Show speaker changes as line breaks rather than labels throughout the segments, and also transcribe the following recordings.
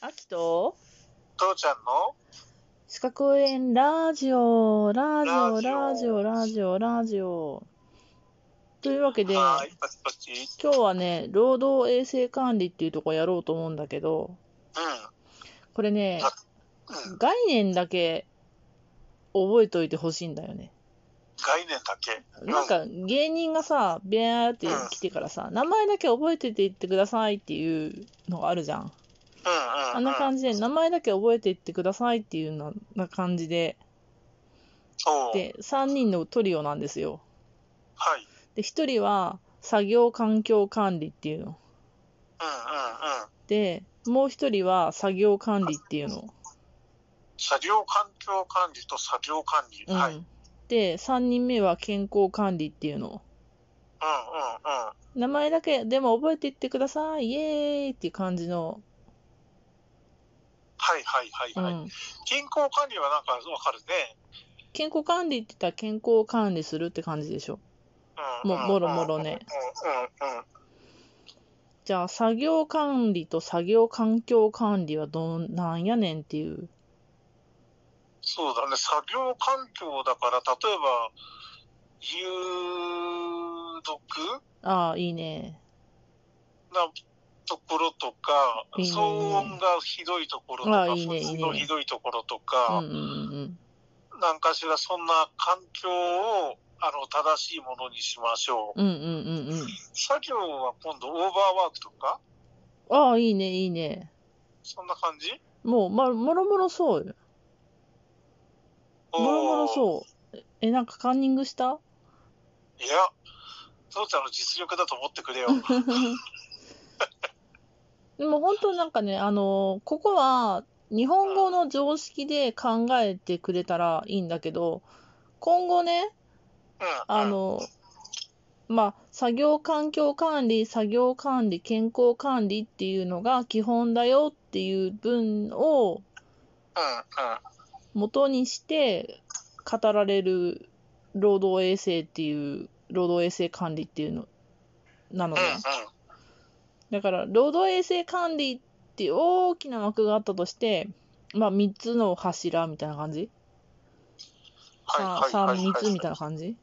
あきと
父ちゃんの
四角応援ラジオ、ラジオ、ラ
ラ
ジ
ジ
オ、
オ
ラジオ、ラジオ。というわけで、
はい、パチパチ。うん。
今日はね、労働衛生管理っていうとこやろうと思うんだけど、これね、
うん、
概念だけ覚えといてほしいんだよね。
概念だけ。
なんか芸人がさ、ビャーって来てからさ、名前だけ覚えてていってくださいっていうのがあるじゃん。
うん、うん、うん。
あんな感
じ
じで、名前だけ覚えていってくださいっていうような感じで、
そう。
で、3人のトリオなんですよ。
はい。
で、1人は作業環境管理っていうの。
うん、うん、うん。
で、もう1人は作業管理っていうの。
作業環境管理と作業管理。
うん。
はい。うん、うん、うん。
で、3人目は健康管理っていうの。名前だけでも覚えていってください、イエーイっていう感じの。
はい、はい、はい、
う
はい。
ん。
健康管理はなんかわかるね。
健康管理って言ったら健康を管理するって感じでしょ。
うん、
も
うん
もろもろね。
うん、うん、うん。
じゃあ、作業管理と作業環境管理はどんなんやねんっていう。
そうだね。作業環境だから、例えば、有毒
ああ、いいね。
なところとか、
いいね
騒音がひどいところとか、
あいいね
フン
いいね
のひどいところと
うん
か、
うんうん。
なんかしらそんな環境をあの正しいものにしましょう。
うんうんうんうん。
作業は今度オーバーワークとか、
ああ、いいね、いいね。
そんな感じ
もう、ま、もろもろそうよ。もろもろ
う。
そう。え、なんかカンニングした
いや、父ちゃんの実力だと思ってくれよ。
でも本当なんかね、あの、ここは日本語の常識で考えてくれたらいいんだけど、今後ね、
うん、
あの、まあ、作業環境管理、作業管理、健康管理っていうのが基本だよっていう文を
うん、うん、うん。
元にして語られる労働衛生っていう、労働衛生管理っていうの、なの
う
ね。
ん、うん。
だから、労働衛生管理っていう大きな枠があったとして、まあ、3つの柱みたいな感じ
はい、
さ
はい、は
三
い。
3密みたい
な。
な感じ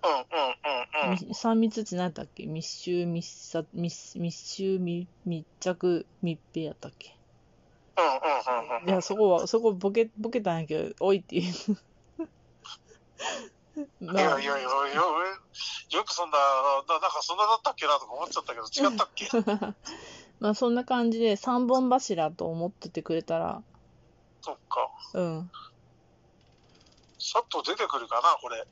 うん、うん、うん、うん。
み三密って何やったっけ密集、密さ密密集、密密着、密閉やったっけ
うん、うん、うん、うん。
いや、そこは、そこボケ、ボケたんやけど、おいっていう。
いやい
まあ
やい、やいや、よくそんな、ななんかそんなだったっけなとか思っちゃったけど、違ったっけ
まあ、そんな感じで3本柱と思っててくれたら、
そっか。
うん。
さっと出てくるかな、これ。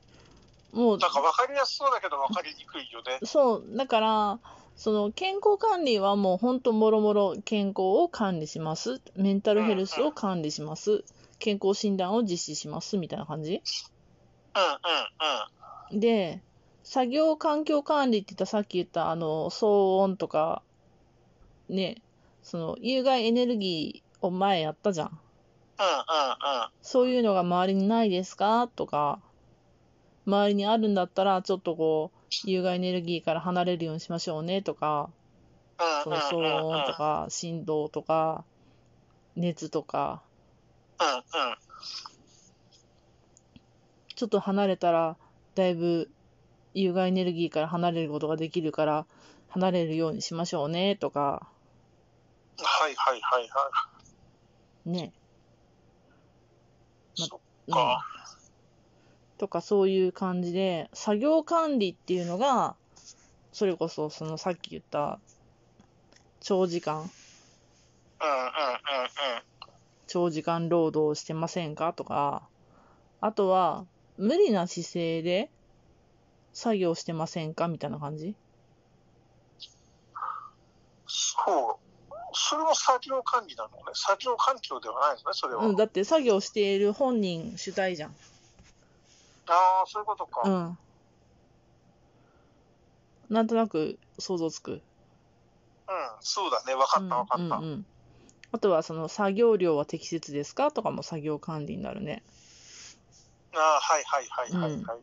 もう、
なんか分かりやすそうだけど分かりにくいよね。
そう、だから、その健康管理はもう本当もろもろ健康を管理します。メンタルヘルスを管理します。健康診断を実施しますみたいな感じ
うんうんう
で、作業環境管理って言ったらさっき言ったあの騒音とか、ね、その有害エネルギーを前やったじゃん。
ん。うんうんうん。
そういうのが周りにないですかとか、周りにあるんだったらちょっとこう、有害エネルギーから離れるようにしましょうねとか、その騒
うんうんうんうん。うんうんうん
音とか振動とか熱とかちょっと離れたらだいぶ有害エネルギーから離れることができるから離れるようにしましょうねとか
はいはいはいは
ね、
い。
ま
そっ
うん
か。
とかそういう感じで作業管理っていうのがそれこそそのさっき言った長時間
うんうんうんうん。
長時間労働してませんかとか、あとは、無理な姿勢で作業してませんかみたいな感じ
そう。それも作業管理なのね。作業環境ではないのね、それは。
うん、だって作業している本人主体じゃん。
ああ、そういうことか。
う
うん、
ん。なんとなく想像つく。
そうだね。分かった分かった。
うんうんうん。あとは、その作業量は適切ですかとかも作業管理になるね。
ああ、はいはいはいはい、はい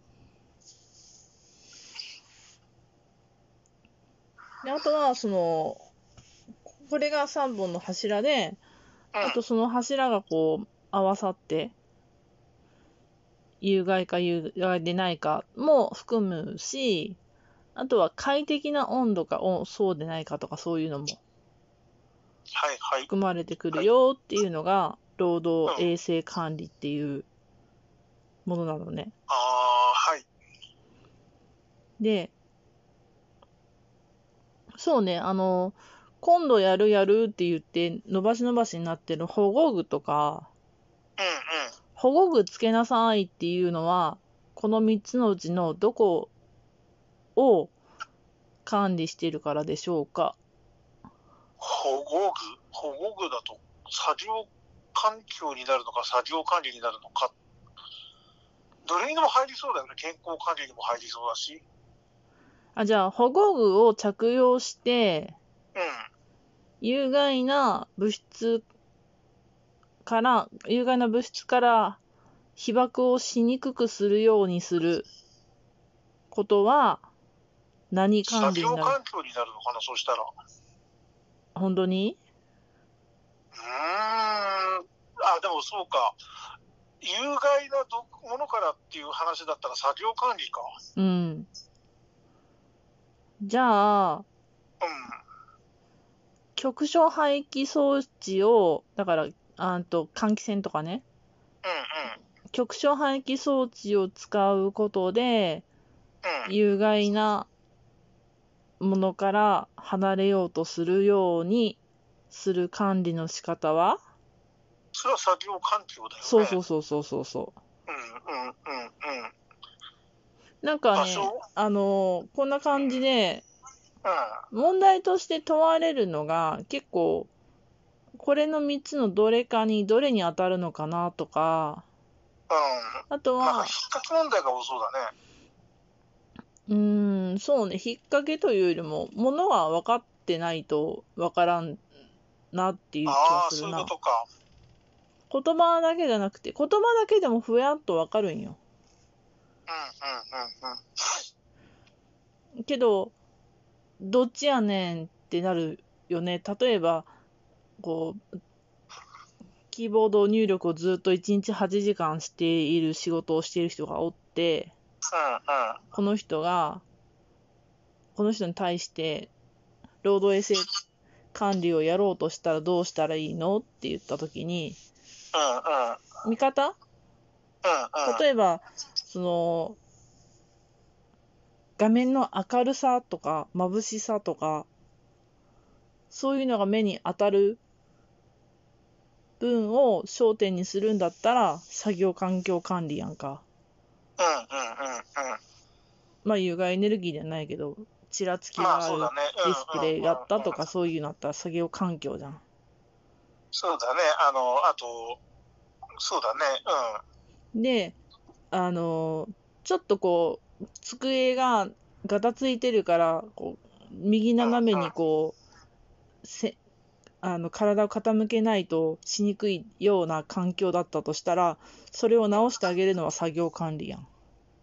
であとは、その、これが3本の柱で、あとその柱がこう合わさって、有害か有害でないかも含むし、あとは快適な温度かおそうでないかとかそういうのも
はいはい。
含まれてくるよっていうのが、労働衛生管理っていうものなのね。
ああ、はい。
で、そうね、あの、今度やるやるって言って、伸ばし伸ばしになってる保護具とか、
うんうん。
保護具つけなさいっていうのは、この3つのうちのどこを管理しているからでしょうか。
保護具、保護具だと、作業環境になるのか、作業管理になるのか。どれにでも入りそうだよね。健康管理にも入りそうだし。
あ、じゃあ、保護具を着用して、
うん。
有害な物質から、有害な物質から被爆をしにくくするようにすることは、何管
作
理
業
になる
環境になるのかな、そうしたら。
本当に
うーん。あ、でもそうか。有害などものからっていう話だったら作業管理か。
うん。じゃあ、
うん。
局所排気装置を、だから、あんと換気扇とかね、
うん
局所排気装置を使うことで、
うん。うん。
有害なものから離れようとするようにする管理の仕方は
それは作業環境だよね。
そうそうそうそうそうそう。
うんうんうんうん。
なんか
場
ね、
所うん。
あのーこんな感じで、
あ
問題として問われるのが結構、これの3つのどれかにどれに当たるのかなとか、あと
うん。なんか
は
引っ、かき問題が多そうだね。
うーん、そうね、引っ掛けというよりも、ものが分かってないと分からんなっていう気
あ
が
あ、
す
そう
る
いう
な
こ。とか。
言葉だけじゃなくて、言葉だけでもふやっとわかるんよ。
うんうんうんうん。
けど、どっちやねんってなるよね。例えば、こう、キーボード入力をずっと1日8時間している仕事をしている人がおって、
うんうん。
この人が、この人に対して、労働衛生管理をやろうとしたらどうしたらいいのって言ったときに、
うんうん。うん
味方
うん。
例えば、その、画面の明るさとか、眩しさとか、そういうのが目に当たる分を焦点にするんだったら、作業環境管理やんか。
うんうんうんうん。
まあ、有害エネルギーじゃないけど、ちらつき
ま
が
あ
あ
そう
る
だね。
ディスプレイがあったと
うんうんうんう
か、
ん。
そういうのあったら作業環境じゃん。
そうだね。あの、あと、そうだね。
で、あのちょっとこう、机がガタついてるから、こう右斜めにこう、せあの体を傾けないとしにくいような環境だったとしたら、それを直してあげるのは作業管理やん。
うん。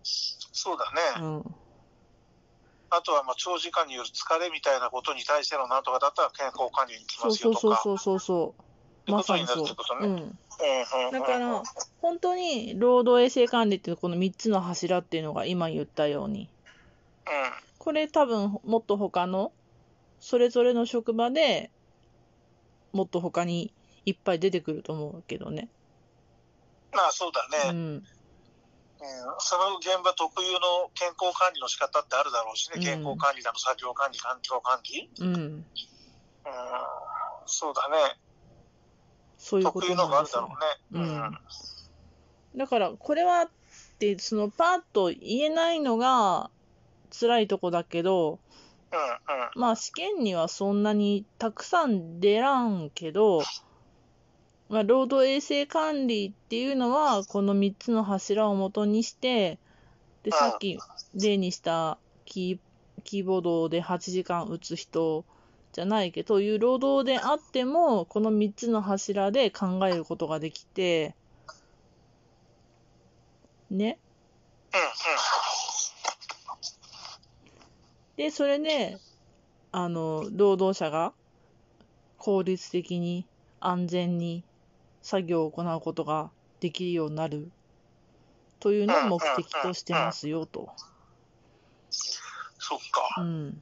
そうだ
う
ね。
ん、
あとは、まあ、長時間による疲れみたいなことに対してのなんとかだったら健康管理に来
そ
ま
う
す
そ
よ
う
と
そう
か。
そうそうそう。
という
ま
こと
さ
に
に
なる
そ
っ
う
てこと。
う
ね。
ん。
うんうん
だか
うんうん
ら、本当に労働衛生管理っていうこの3つの柱っていうのが今言ったように、これ多分もっと他のそれぞれの職場でもっと他にいっぱい出てくると思うけどね。
まあそうだね。
うん。
うんその現場特有の健康管理の仕方ってあるだろうしね、
うん
健康管理だの、作業管理、環境管理、
うん。
うん、そうだね、
そういうこ
特有
と
の
な
があ
んで
る
す
だろ
よ
う。ね。うん、
う
うんん、
だから、これはって、そのパッと言えないのが辛いとこだけど、
う
まあ試験にはそんなにたくさん出らんけど、まあ、労働衛生管理っていうのはこの3つの柱を元にしてで
うん
さっき例にしたキーキーボードで8時間打つ人じゃないけどいう労働であってもこの3つの柱で考えることができてね
ん、うん、
で、それで、あの、労働者が、効率的に安全に作業を行うことができるようになるというのを目的としてますよと。
そっか。
うん。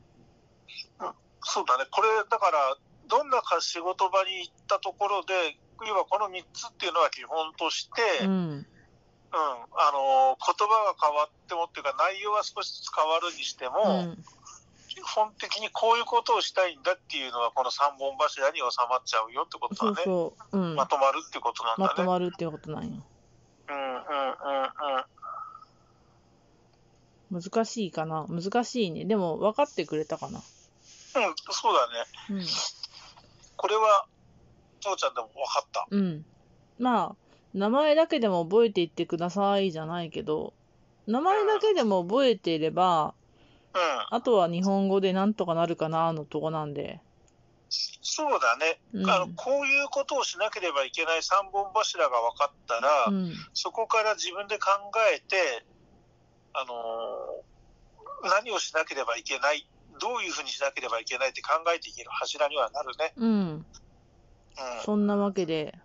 そうだね。これ、だから、どんなか仕事場に行ったところで、要はこの3つっていうのは基本として、
う
うん、
ん。
あのー言葉が変わってもっていうか、内容は少しずつ変わるにしても、
うん。
基本的にこういうことをしたいんだっていうのは、この3本柱に収まっちゃうよってことだ
そう
ね。
そう。うん。
まとまるってことなんだね。
まとまるっていうことなんよ。
うんうんうんうん。
難しいかな。難しいね。でも分かってくれたかな。
うん、そうだね。
うん。
これは、父ちゃんでも分かった。
うん。まあ、名前だけでも覚えていってくださいじゃないけど、名前だけでも覚えていれば、
うん。
あとは日本語でなんとかなるかなのとこなんで。
そうだね、
うん
あの。こういうことをしなければいけない3本柱が分かったら、
うん。
そこから自分で考えて、あのー何をしなければいけない、どういうふうにしなければいけないって考えていける柱にはなるね。
うん。
うん、
そんなわけで。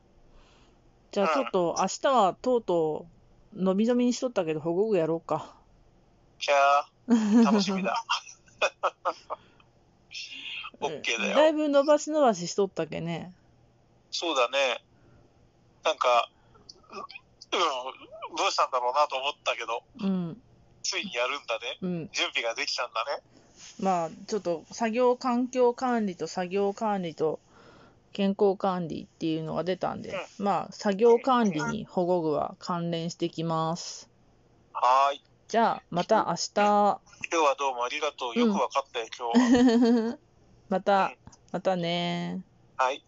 じゃあちょ
うん
っと明日はとうとう、伸び伸びにしとったけど保護具やろうか。
キャ ー、楽しみだ。オッケーだよ
だいぶ伸ばし伸ばししとったけね。
そうだね。なんか、うん、うんどうしたんだろうなと思ったけど、
うん。
ついにやるんだね。
うん。
準備ができたんだね。
まあ、ちょっと作業環境管理と作業管理と健康管理っていうのが出たんで、まあ、作業管理に保護具は関連してきます。
はーい。
じゃあ、また明日。
今日はどうもあり がとう。よくわかったよ、今日は。
また、またね
はい。